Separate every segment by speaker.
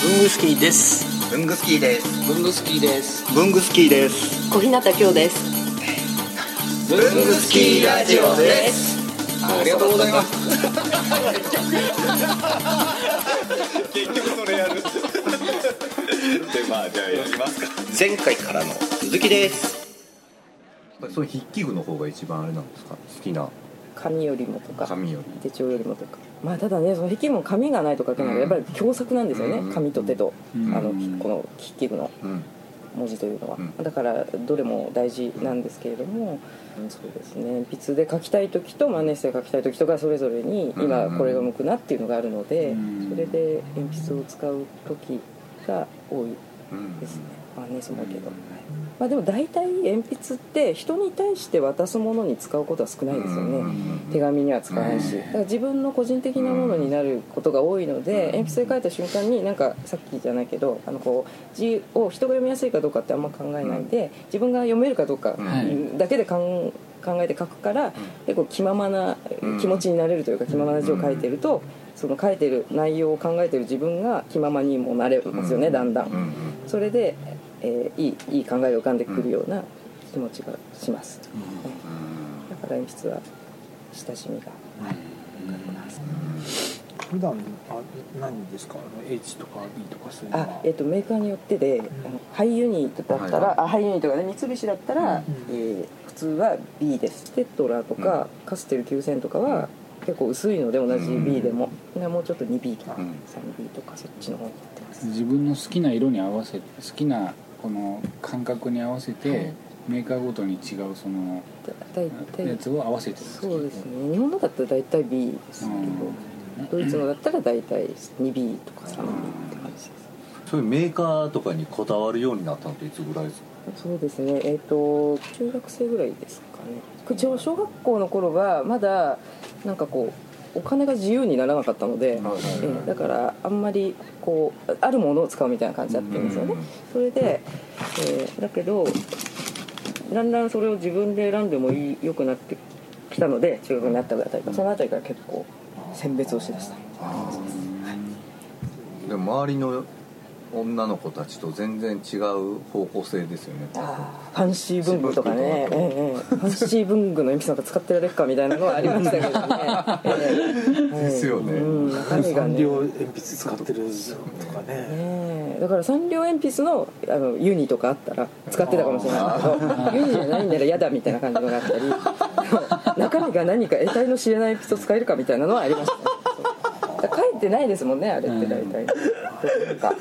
Speaker 1: ングスキーです
Speaker 2: ブングスキーです
Speaker 3: ブングスキーです
Speaker 4: ブングスキーです
Speaker 5: 小日向京です
Speaker 3: ブングスキーラジオです
Speaker 2: ありがとうございます
Speaker 4: 結局それやるでまあじゃあやりますか
Speaker 2: 前回からの続きです
Speaker 6: そういう筆記具の方が一番あれなんですか好きな
Speaker 5: 紙よりもとか
Speaker 6: 紙より
Speaker 5: 手帳よりもとかまあただねその筆記具も紙がないと書けないからやっぱり共作なんですよね、
Speaker 6: うん
Speaker 5: 紙と手と、
Speaker 6: ん
Speaker 5: あのこの筆記具の
Speaker 6: うん
Speaker 5: 文字というのは、
Speaker 6: うん
Speaker 5: だからどれも大事なんですけれども、そうですね筆で書きたい時と真似して書きたい時とかそれぞれに
Speaker 6: うん
Speaker 5: 今これが向くなっていうのがあるので、
Speaker 3: うん
Speaker 5: それで鉛筆を使う時が多い
Speaker 6: うん
Speaker 5: ですね、まあねそのけど、はいまあ、でも大体鉛筆って人に対して渡すものに使うことは少ないですよね、手紙には使わないし、
Speaker 6: うん
Speaker 5: だから自分の個人的なものになることが多いので、
Speaker 6: うん
Speaker 5: 鉛筆で書いた瞬間になんかさっきじゃないけどあのこう字を人が読みやすいかどうかってあんま考えないで、自分が読めるかどうか
Speaker 3: ん
Speaker 5: だけで考え考えて書くから、結構気ままな気持ちになれるというか、気ままな字を書いてるとその書いてる内容を考えてる自分が気ままにもなれますよね、
Speaker 6: うん
Speaker 5: だんだん、
Speaker 6: うん
Speaker 5: それで、えーいいいい考えが浮かんでくるような気持ちがします、だから鉛筆は親しみが
Speaker 7: 普段あ何ですかあの H とか B とかそういうの
Speaker 5: あ
Speaker 7: は、
Speaker 5: えっとメーカーによってであのハイユニだったら、
Speaker 6: はい
Speaker 5: あハイユニとかね三菱だったら、えー普通は B ですテトラとか、カステル9000とかは、結構薄いので同じ B でも、みんなもうちょっと 2B とか、
Speaker 6: うん
Speaker 5: 3B とかそっちの方に行ってます、
Speaker 3: 自分の好きな色に合わせて好きなこの感覚に合わせて、
Speaker 5: はい
Speaker 3: メーカーごとに違うその
Speaker 5: だ大
Speaker 3: や
Speaker 5: 体
Speaker 3: つを合わせてるんですけど
Speaker 5: そうですね日本のだったら大体 B ですけど、
Speaker 3: うん
Speaker 5: ドイツのだったら大体 2B とか 3B って感じです
Speaker 6: そういうメーカーとかにこだわるようになったのっていつぐらいですか
Speaker 5: そうですねえっ、と中学生ぐらいですかね一応小学校の頃はまだなんかこうお金が自由にならなかったの
Speaker 6: は
Speaker 5: で、
Speaker 6: いはいはい
Speaker 5: えーだからあんまりこうあるものを使うみたいな感じだったんですよね、それで、えーだけどだんだんそれを自分で選んでもいい良くなってきたので中学になったぐらいからそのあたりから結構選別をしだした
Speaker 6: でも周りの女の子たちと全然違う方向性ですよね
Speaker 5: あーファンシー文具とかね、
Speaker 6: フ
Speaker 5: ええええファンシー文具の鉛筆なんか使ってられるかみたいなのはありましたけど ねええ
Speaker 6: ですよね
Speaker 5: うん、中身が
Speaker 7: 三
Speaker 5: ね
Speaker 7: 両鉛筆使ってるとかね
Speaker 5: ねえだから三両鉛筆のあのユニとかあったら使ってたかもしれないけどユニじゃないんなら嫌だみたいな感じのがあったり 中身が何か得体の知れない鉛筆を使えるかみたいなのはありましたねそうだから書いてないですもんねあれって大体とかだから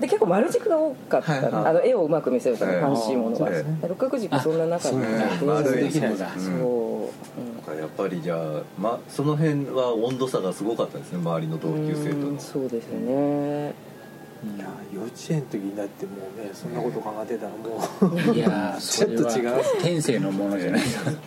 Speaker 5: で結構丸軸が多かったの、
Speaker 6: はいはい
Speaker 5: あの絵をうまく見せるため
Speaker 6: ええ
Speaker 5: のしいものが、
Speaker 6: え
Speaker 5: 六角軸そんななかったので
Speaker 6: あそうね丸い
Speaker 5: そ、
Speaker 3: そううだ、
Speaker 6: うん
Speaker 5: うん
Speaker 6: やっぱりじゃあ、ま、その辺は温度差がすごかったですね周りの同級生と
Speaker 5: うん
Speaker 6: の
Speaker 5: そうですね
Speaker 7: いや幼稚園の時になってもうねそんなこと考えてたらも
Speaker 3: いやーそれ
Speaker 7: ちょっと違
Speaker 3: は
Speaker 7: う
Speaker 3: 天性のものじゃない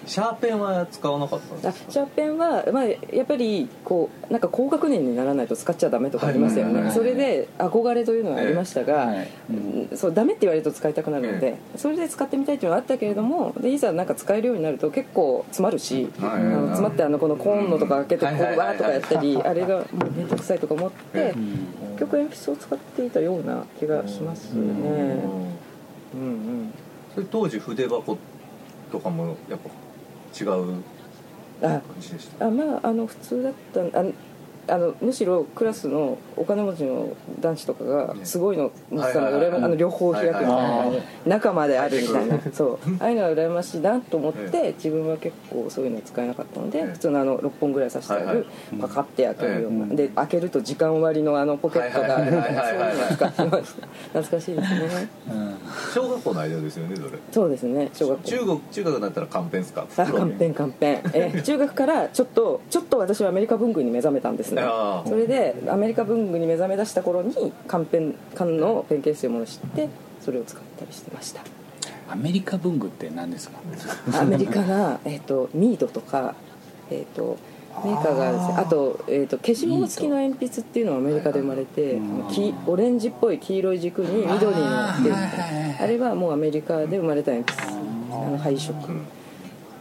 Speaker 6: シャーペンは使わなかったんで
Speaker 5: あ
Speaker 6: すか
Speaker 5: シャーペンは、まあ、やっぱりこうなんか高学年にならないと使っちゃダメとかありますよ
Speaker 3: はいはい
Speaker 5: ね
Speaker 3: はい
Speaker 5: それで憧れというのはありましたが、
Speaker 3: はいうん
Speaker 5: うんそうダメって言われると使いたくなるので、それで使ってみたいっていうのはあったけれどもでいざなんか使えるようになると結構詰まるし、
Speaker 6: はい
Speaker 5: あの詰まってあのこのコーンのとか開けてこ
Speaker 6: はいうはいはいはい
Speaker 5: わーとかやったりあれがもう面倒くさいとか思って、結局鉛筆を使っていたような気がしますね、
Speaker 6: うん
Speaker 5: うんうん
Speaker 6: それ当時筆箱とかもやっぱ違う感
Speaker 5: あ
Speaker 6: じでした
Speaker 5: あまああの普通だったああのむしろクラスのお金持ちの男子とかが
Speaker 6: ね
Speaker 5: すごいの持ってたのが
Speaker 6: はいはい
Speaker 5: 羨
Speaker 6: はい
Speaker 5: まあの両方開くみたいな
Speaker 6: はい
Speaker 3: はいはい
Speaker 5: 中まであるみたいなそうああいうのは羨ましいなと思って自分は結構そういうの使えなかったので
Speaker 6: ええ
Speaker 5: 普通のあの6本ぐらい刺してあ
Speaker 6: はいは
Speaker 5: るパカッて開けるような
Speaker 3: ええ
Speaker 5: で開けると時間割のあのポケットがあるみたいな
Speaker 6: は
Speaker 5: そう
Speaker 6: いはいはいはい
Speaker 5: いうのを使ってました懐かしいですね
Speaker 3: うん
Speaker 6: 小学校の間ですよねそれ
Speaker 5: そうですね小学校
Speaker 6: 中国中学だったらカンペンですか
Speaker 5: あカンペンカンペン え中学からちょっとちょっと私はアメリカ文具に目覚めたんですね
Speaker 6: あー
Speaker 5: それでアメリカ文具に目覚め出した頃にカンペン缶のペンケースというものを知ってそれを使ったりしてま した
Speaker 3: アメリカ文具って何ですか
Speaker 5: アメリカが、えっとミードとか、えっとメーカーがあるんですよあと,、えっと消しゴム付きの鉛筆っていうのはアメリカで生まれて、きオレンジっぽい黄色い軸に緑になってる
Speaker 3: あーはいはいはい
Speaker 5: あれはもうアメリカで生まれた鉛筆あの配色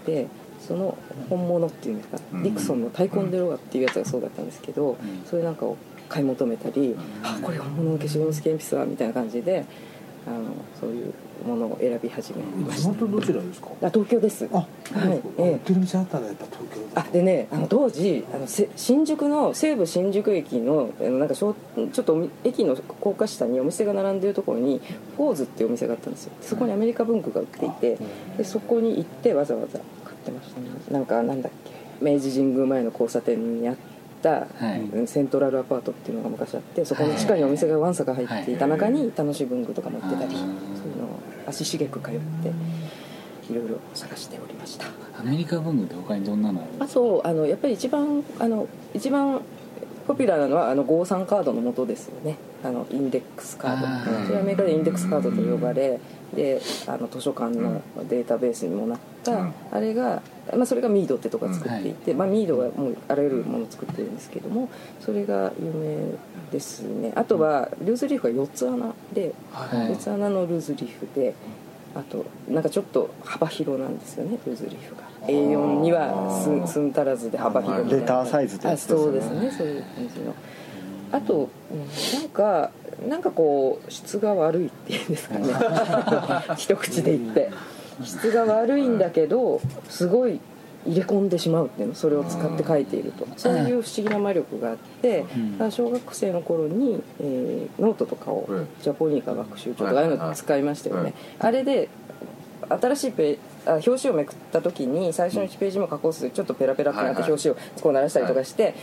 Speaker 5: でその本物っていうんですか、
Speaker 6: うん
Speaker 5: ディクソンの「タイコンデロガ」っていうやつがそうだったんですけど、
Speaker 3: ん
Speaker 5: それなんかを買い求めたり、あこれ本物の消しゴム付き鉛筆だみたいな感じであのそういうものを選び始めまし
Speaker 7: 地
Speaker 5: た
Speaker 7: 元どちらですか
Speaker 5: あ東京です
Speaker 7: あ、
Speaker 5: はい
Speaker 7: 売
Speaker 5: え
Speaker 7: っ
Speaker 5: え
Speaker 7: てる店あったのはやっぱ東京
Speaker 5: あ
Speaker 7: だ
Speaker 5: でねあの当時あのせ新宿の西武新宿駅のあのなんかしょうちょっとおみ駅の高架下にお店が並んでるところにフォーズっていうお店があったんですよそこにアメリカ文具が売っていてでそこに行ってわざわざ買ってましたねなんかなんだっけ明治神宮前の交差点にあった、
Speaker 3: はい
Speaker 5: うんセントラルアパートっていうのが昔あってそこの地下にお店がわんさか入っていた中に楽しい文具とか持ってたり、
Speaker 3: はい
Speaker 5: そういうのを足しげく通っていろいろ探しておりました
Speaker 3: アメリカ文具って他にどんなのあ
Speaker 5: あ
Speaker 3: る
Speaker 5: とあのやっぱり一番あの一番ポピュラーなのはあの53カードの元ですよねあのインデックスカ
Speaker 3: あ
Speaker 5: ード
Speaker 3: ー
Speaker 5: それはアメリカでインデックスカードと呼ばれであの図書館のデータベースにもなった、
Speaker 6: うん
Speaker 5: あれが、まあ、それがミードってとこが作っていて、まあ、ミードがもうあらゆるものを作ってるんですけどもそれが有名ですねあとはルーズリーフが4つ穴で
Speaker 3: はい
Speaker 5: 四つ穴のルーズリーフであとなんかちょっと幅広なんですよねルーズリーフが A4 にはすすん足らずで幅広みたいな
Speaker 1: レターサイズってや
Speaker 5: あ
Speaker 1: つですね
Speaker 5: そうですねそういう感じのあとうんなんかなんかこう質が悪いっていうんですか ね一口で言って質が悪いんだけどすごい入れ込んでしまうっていうのそれを使って書いているとそういう不思議な魔力があって、
Speaker 3: うん
Speaker 5: まあ小学生の頃に、えーノートとかを
Speaker 6: うん
Speaker 5: ジャポニカ学習帳と
Speaker 6: はい
Speaker 5: かああいうの使いましたよね、
Speaker 6: はい
Speaker 5: あれで新しいペあ表紙をめくった時に最初の1ページも加工するとちょっとペラペラってなっ
Speaker 6: はい
Speaker 5: て
Speaker 6: はい
Speaker 5: 表紙をこう鳴らしたりとかして、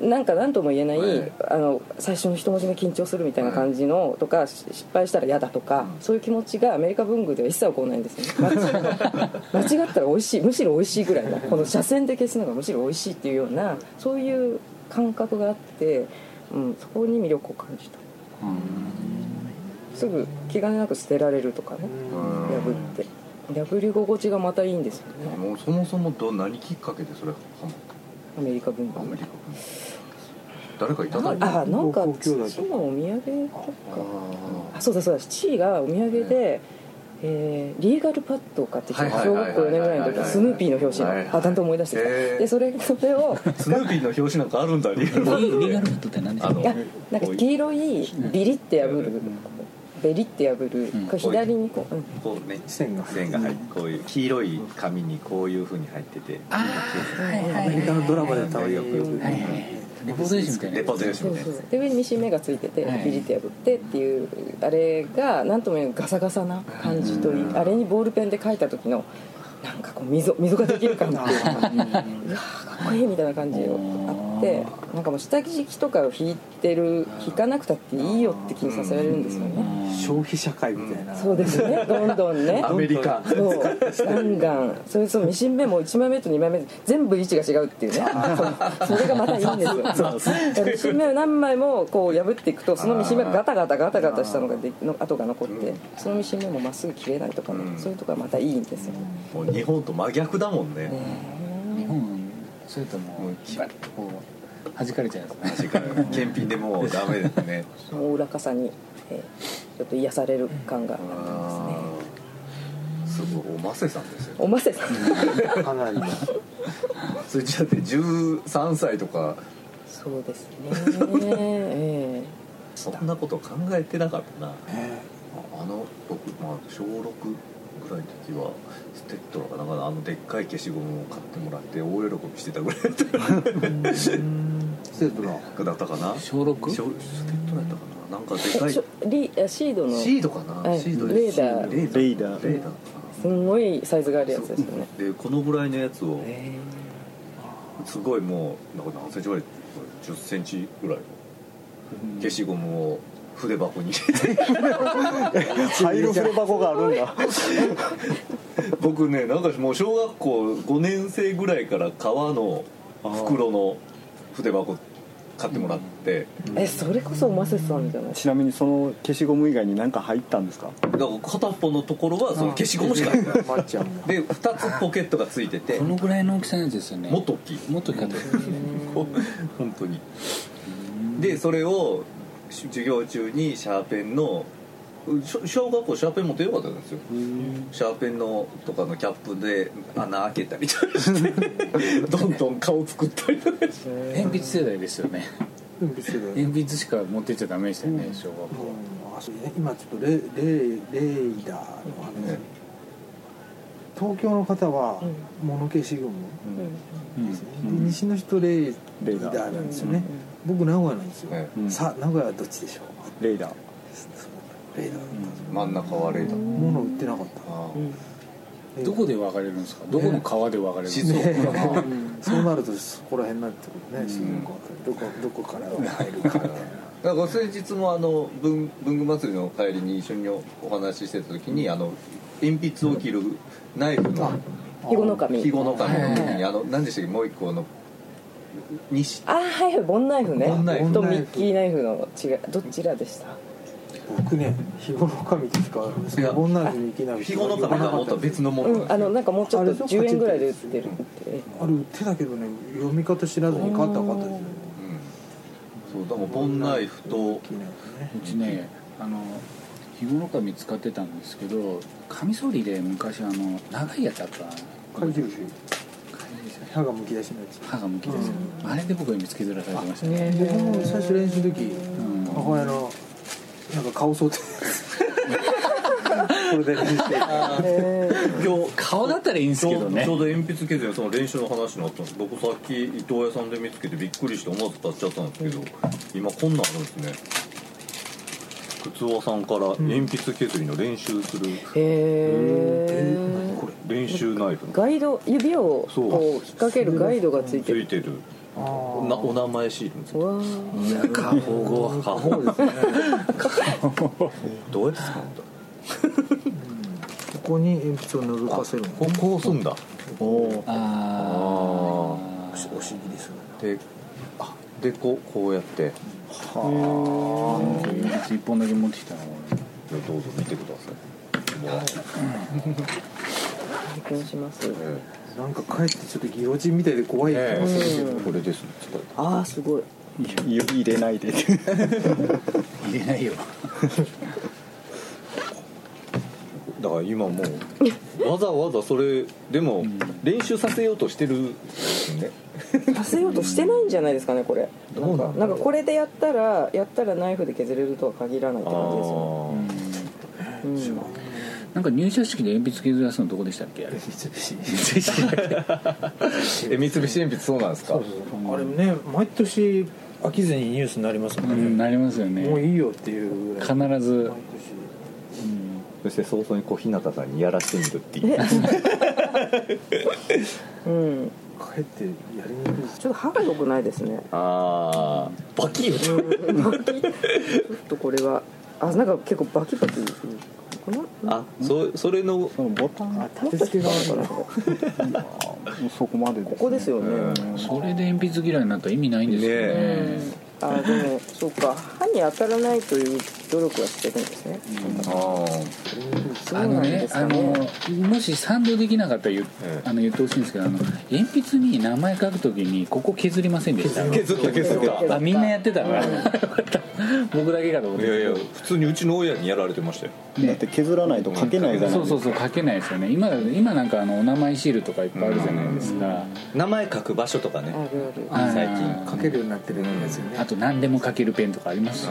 Speaker 5: なんか何とも言えない、
Speaker 6: はい
Speaker 5: あの最初の一文字目緊張するみたいな感じのとかし失敗したら嫌だとか、そういう気持ちがアメリカ文具では一切起こらないんですよね 間違間違ったら美味しいむしろ美味しいぐらいなこの斜線で消すのがむしろ美味しいっていうようなそういう感覚があって、うん、そこに魅力を感じたすぐ気兼ねなく捨てられるとかね
Speaker 6: うん
Speaker 5: 破って破り心地がまたいいんですよね
Speaker 6: もうそもそもど何きっかけでそれハマっ
Speaker 5: アメリカ文化
Speaker 6: たアメリカ誰かいただいた
Speaker 5: ああなんか
Speaker 7: 高校兄弟と
Speaker 5: 父のお土産と
Speaker 6: あ
Speaker 5: かあそうだそうだ父がお土産で、えーリーガルパッドを買ってきた
Speaker 6: はいはい
Speaker 5: 小
Speaker 6: はいはい
Speaker 5: 学校4年ぐらいの時
Speaker 6: はいはいはい
Speaker 5: スヌーピーの表紙の、
Speaker 6: はいはい
Speaker 5: あだんだん思い出してきた、
Speaker 6: へー
Speaker 5: でそれそれを
Speaker 6: ースヌーピーの表紙なんかあるんだリ
Speaker 3: リリーガルバットって何です
Speaker 6: あ
Speaker 3: か
Speaker 6: の
Speaker 5: いやなんか黄色いビリって破るベリって破る、
Speaker 3: ん
Speaker 5: こう左にこう、うん
Speaker 4: こうね
Speaker 7: 線が
Speaker 4: 線が入ってこういう黄色い紙にこういうふうに入ってて
Speaker 7: アメリカのドラマでたまによく
Speaker 6: はい
Speaker 3: はいはいレポート用紙みたいな
Speaker 4: レ
Speaker 3: や
Speaker 4: ポ
Speaker 3: つ
Speaker 4: ート用紙
Speaker 5: そ
Speaker 4: みた
Speaker 5: う
Speaker 4: い
Speaker 5: そ
Speaker 4: な
Speaker 5: うで上にミシン目がついてて
Speaker 3: はい
Speaker 5: ビリって破ってっていうあれがなんとも言えないガサガサな感じといいあれにボールペンで書いた時のなんかこう溝溝ができる感っていうのがうわーかっこいいみたいな感じがあってなんかもう下敷きとかを引いてる引かなくたっていいよって気にさせられるんですよね
Speaker 7: 消費社会みたいな、
Speaker 5: そうですねどんどんね
Speaker 6: アメリカ
Speaker 5: そうガンガンそれとミシン目も1枚目と2枚目全部位置が違うっていう ねそうそれがまたいいんですよだからミシン目を何枚もこう破っていくとそのミシン目がガタガタガタガタしたのがでの跡が残ってそのミシン目もまっすぐ切れないとかね、
Speaker 6: うん
Speaker 5: そういうとこがまたいいんですよね、
Speaker 6: もう日本と真逆だもんね
Speaker 3: 日本それともうバッとこう弾かれちゃいますね
Speaker 6: 確かに検品でもうダメですね
Speaker 5: そのおおらかさに、えーちょっと癒される感があります
Speaker 6: あ
Speaker 5: ね
Speaker 6: ーすごいおませさんですよ
Speaker 5: おませさん
Speaker 7: かなりの
Speaker 6: それじゃって13歳とか
Speaker 5: そうですね、ええ
Speaker 6: そんなこと考えてなかったなあの僕、まあ、小6ぐらいの時はステッドラかなんかのあのでっかい消しゴムを買ってもらって大喜びしてたぐらいだった
Speaker 7: ステートの
Speaker 6: だったかな
Speaker 3: 小
Speaker 6: 小
Speaker 3: 6?
Speaker 6: ステッドラやったかななんかで
Speaker 5: え
Speaker 6: かい
Speaker 5: しょリあシードの
Speaker 6: シードかな、
Speaker 5: はい
Speaker 6: シード
Speaker 5: レーダー
Speaker 6: レ
Speaker 1: レ
Speaker 6: ー
Speaker 1: ー
Speaker 6: ダ
Speaker 1: ダ
Speaker 6: ー
Speaker 1: ー
Speaker 6: レーダーか
Speaker 5: すんごいサイズがあるやつですよ
Speaker 6: な
Speaker 5: ね
Speaker 6: でこのぐらいのやつを
Speaker 5: えー
Speaker 6: すごいもうなんか何センチぐらい1 0センチぐらいの消しゴムを筆箱に入れて
Speaker 1: 入る筆箱がある んだ
Speaker 6: 僕ねなんかもう小学校5年生ぐらいから革の袋の筆箱買ってもらって
Speaker 5: えそれこそおませさんじゃない
Speaker 1: ちなみにその消しゴム以外に何か入ったんですか
Speaker 6: だから片っぽのところはその消しゴムしか入って ない
Speaker 7: まっちゃんも
Speaker 6: で2つポケットがついてて
Speaker 3: このぐらいの大きさのやつですよね
Speaker 6: もっと大きい
Speaker 3: もっと大きかったですよね
Speaker 6: こう本当にでそれを授業中にシャーペンの小小学校シャーペン持ってよかったんですよシャーペンのとかのキャップで穴開けた りとかしてどんどん顔作ったりとかして
Speaker 3: 鉛筆世代ですよね
Speaker 7: 鉛筆で、
Speaker 3: 鉛筆しか持ってっちゃダメでしたよね小学校
Speaker 7: うんあそうね今ちょっとレレレーダーの話東京の方は物消し群
Speaker 3: うん
Speaker 7: ですね、で西の人レー
Speaker 1: レーダ
Speaker 7: ダ
Speaker 1: ー
Speaker 7: ーなんですよね、僕名古屋なんですよ、
Speaker 6: ね
Speaker 1: うん
Speaker 7: さあ名古屋はどっちでしょう
Speaker 1: レーダー
Speaker 7: そうレーダーだったんですよ
Speaker 6: 真ん中はレーダー
Speaker 7: 物売ってなかった
Speaker 6: あ
Speaker 3: どこで分かれるんですかどこの川で分かれるんですか、
Speaker 7: ね そうなるとそこら辺になってくるね、静岡どこどこから入るかみたいな
Speaker 6: だから先日もあの文文具祭りの帰りに一緒にお話ししてた時にあの鉛筆を切るナイフの
Speaker 5: 肥後の神
Speaker 6: 肥後の神の時にあの何でしたっけもう一個の西
Speaker 5: あーはいはいボンナイフね
Speaker 6: ボンナイフ
Speaker 5: とミッキーナイフの違いどちらでした
Speaker 7: 僕ね肥後の神ですかその女にいきなり
Speaker 6: 肥後の神が思ったら別のも
Speaker 5: う
Speaker 6: の
Speaker 5: んあのなんかもうちょっ
Speaker 7: あれ
Speaker 5: と
Speaker 7: でしょ
Speaker 5: 10円ぐらいで売ってるって
Speaker 7: あれ売ってたけどね読み方知らずに買った方ですよね
Speaker 6: そうだからボンナイフと
Speaker 7: 大きなやつね
Speaker 3: うちねあの日頃紙使ってたんですけどカミソリで昔あの長いやつあった
Speaker 7: 怪獣種歯がむき出しのやつ
Speaker 3: 歯がむき出しのあれで僕は見つけづらされてましたね
Speaker 7: 僕も最初練習の時
Speaker 3: うん
Speaker 7: 母親のなんか顔想定これで練習して
Speaker 6: 今日
Speaker 3: 顔だったらいいんですけどね
Speaker 6: ちょうど鉛筆削りのその練習の話になったんです僕さっき伊藤屋さんで見つけてびっくりして思わず立っちゃったんですけど、今こんなんあるんですね靴尾さんから鉛筆削りの練習する、
Speaker 5: へえ
Speaker 6: これ練習ナイフ
Speaker 5: ガイド指を
Speaker 6: そう
Speaker 5: こう引っ掛けるガイドがつい
Speaker 6: つ
Speaker 5: てる
Speaker 6: いてるなお名前シールについて
Speaker 5: う
Speaker 6: る
Speaker 5: わー
Speaker 3: いや過保護
Speaker 6: 過保護ですねどうやって使うんだ
Speaker 7: ここに鉛筆を覗かせるの
Speaker 6: ここをすんだ
Speaker 3: あ
Speaker 6: あ
Speaker 7: おしお尻でする
Speaker 6: あであでこうこうやって
Speaker 3: あ一本だけ持ってきたの
Speaker 6: どうぞ見てください、うわ
Speaker 5: 拝見します
Speaker 7: なんかかえってちょっとギロチンみたいで怖い
Speaker 6: え
Speaker 7: 感じですけど
Speaker 6: えこれですね
Speaker 5: ああすごい
Speaker 1: 指入れないで
Speaker 3: 入れないよ
Speaker 6: だから今もうわざわざそれでも練習させようとしてるんですね
Speaker 5: させようとしてないんじゃないですかねこれ
Speaker 6: どうなん
Speaker 5: な
Speaker 6: だ
Speaker 5: んかこれでやったらやったらナイフで削れるとは限らないって感じですよ
Speaker 6: あー
Speaker 5: ね
Speaker 3: なんか入社式で鉛筆削らすのどこでしたっけあれ
Speaker 7: 三菱
Speaker 6: え三菱鉛筆そうなんですか
Speaker 7: あれね毎年飽きずにニュースになりますも
Speaker 3: うんん
Speaker 7: ね、
Speaker 3: なりますよ
Speaker 7: もう
Speaker 3: ね
Speaker 7: いいよっていうぐらい
Speaker 3: 必ず
Speaker 7: 毎年
Speaker 6: そして早々に小日向さんにやらしてみるっていう
Speaker 5: うん、うん、
Speaker 7: かえってやりにくいです
Speaker 5: ちょっと歯が良くないですね
Speaker 6: ああバキッ
Speaker 5: ちょっとこれはあなんか結構バキバキこの
Speaker 6: あそそれの
Speaker 1: そのボタン
Speaker 7: あ立て付けが悪い
Speaker 5: こ
Speaker 7: な
Speaker 1: そこまでです
Speaker 5: こですよね、
Speaker 3: それで鉛筆嫌いになったら意味ないんですよね
Speaker 5: あでもそうか歯に当たらないという努力はしてるんですね、
Speaker 6: あー
Speaker 5: そう
Speaker 3: あ
Speaker 5: な
Speaker 3: の
Speaker 5: んで
Speaker 3: ね
Speaker 5: す
Speaker 3: あ
Speaker 5: かね
Speaker 3: のもし賛同できなかったら言,、
Speaker 6: ええ
Speaker 3: あの言ってほしいんですけどあの鉛筆に名前書くときにここ削りませんでした
Speaker 6: 削った削った
Speaker 3: あみんなやってたから、 僕だけかと思っ
Speaker 6: い
Speaker 3: て
Speaker 6: やいや普通にうちの親にやられてましたよ
Speaker 1: だって削らないと書けないじゃない
Speaker 3: そ
Speaker 1: で
Speaker 3: う
Speaker 1: す
Speaker 3: そ
Speaker 1: か
Speaker 3: うそう書けないですよね今今なんかあのお名前シールとかいっぱいあるじゃないですか
Speaker 6: 名前書く場所とかね
Speaker 5: あるある
Speaker 3: あー
Speaker 6: 最近
Speaker 7: 書けるようになってるんですよね
Speaker 3: あと何でも書けるペンとかありますしね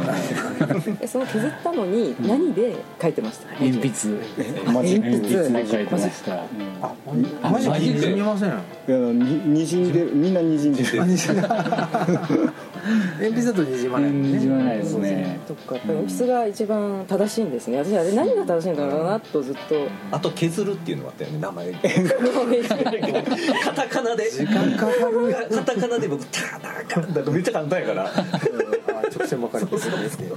Speaker 5: えその削ったのに何で書いてました、
Speaker 3: 鉛筆
Speaker 1: マジ
Speaker 5: 鉛
Speaker 1: い
Speaker 5: 筆
Speaker 3: 鉛筆で書いてました
Speaker 7: あ
Speaker 3: あ
Speaker 7: マジ
Speaker 3: マジ
Speaker 7: で
Speaker 3: で
Speaker 7: 気に見えません
Speaker 1: やににじんでるみんなにじんでる
Speaker 7: あにじまない鉛筆だとにじまないもんね
Speaker 3: にじまないですね
Speaker 5: そっかやっぱ鉛筆が一番正しいんですね私あれ何が正しいんだろうなとずっと
Speaker 6: あと削るっていうのがあったよね名前 カタカ ナで
Speaker 7: 時間かかる
Speaker 6: カタカナで僕タカタカナだとめっちゃ簡単やから
Speaker 7: あ直線ばかりですね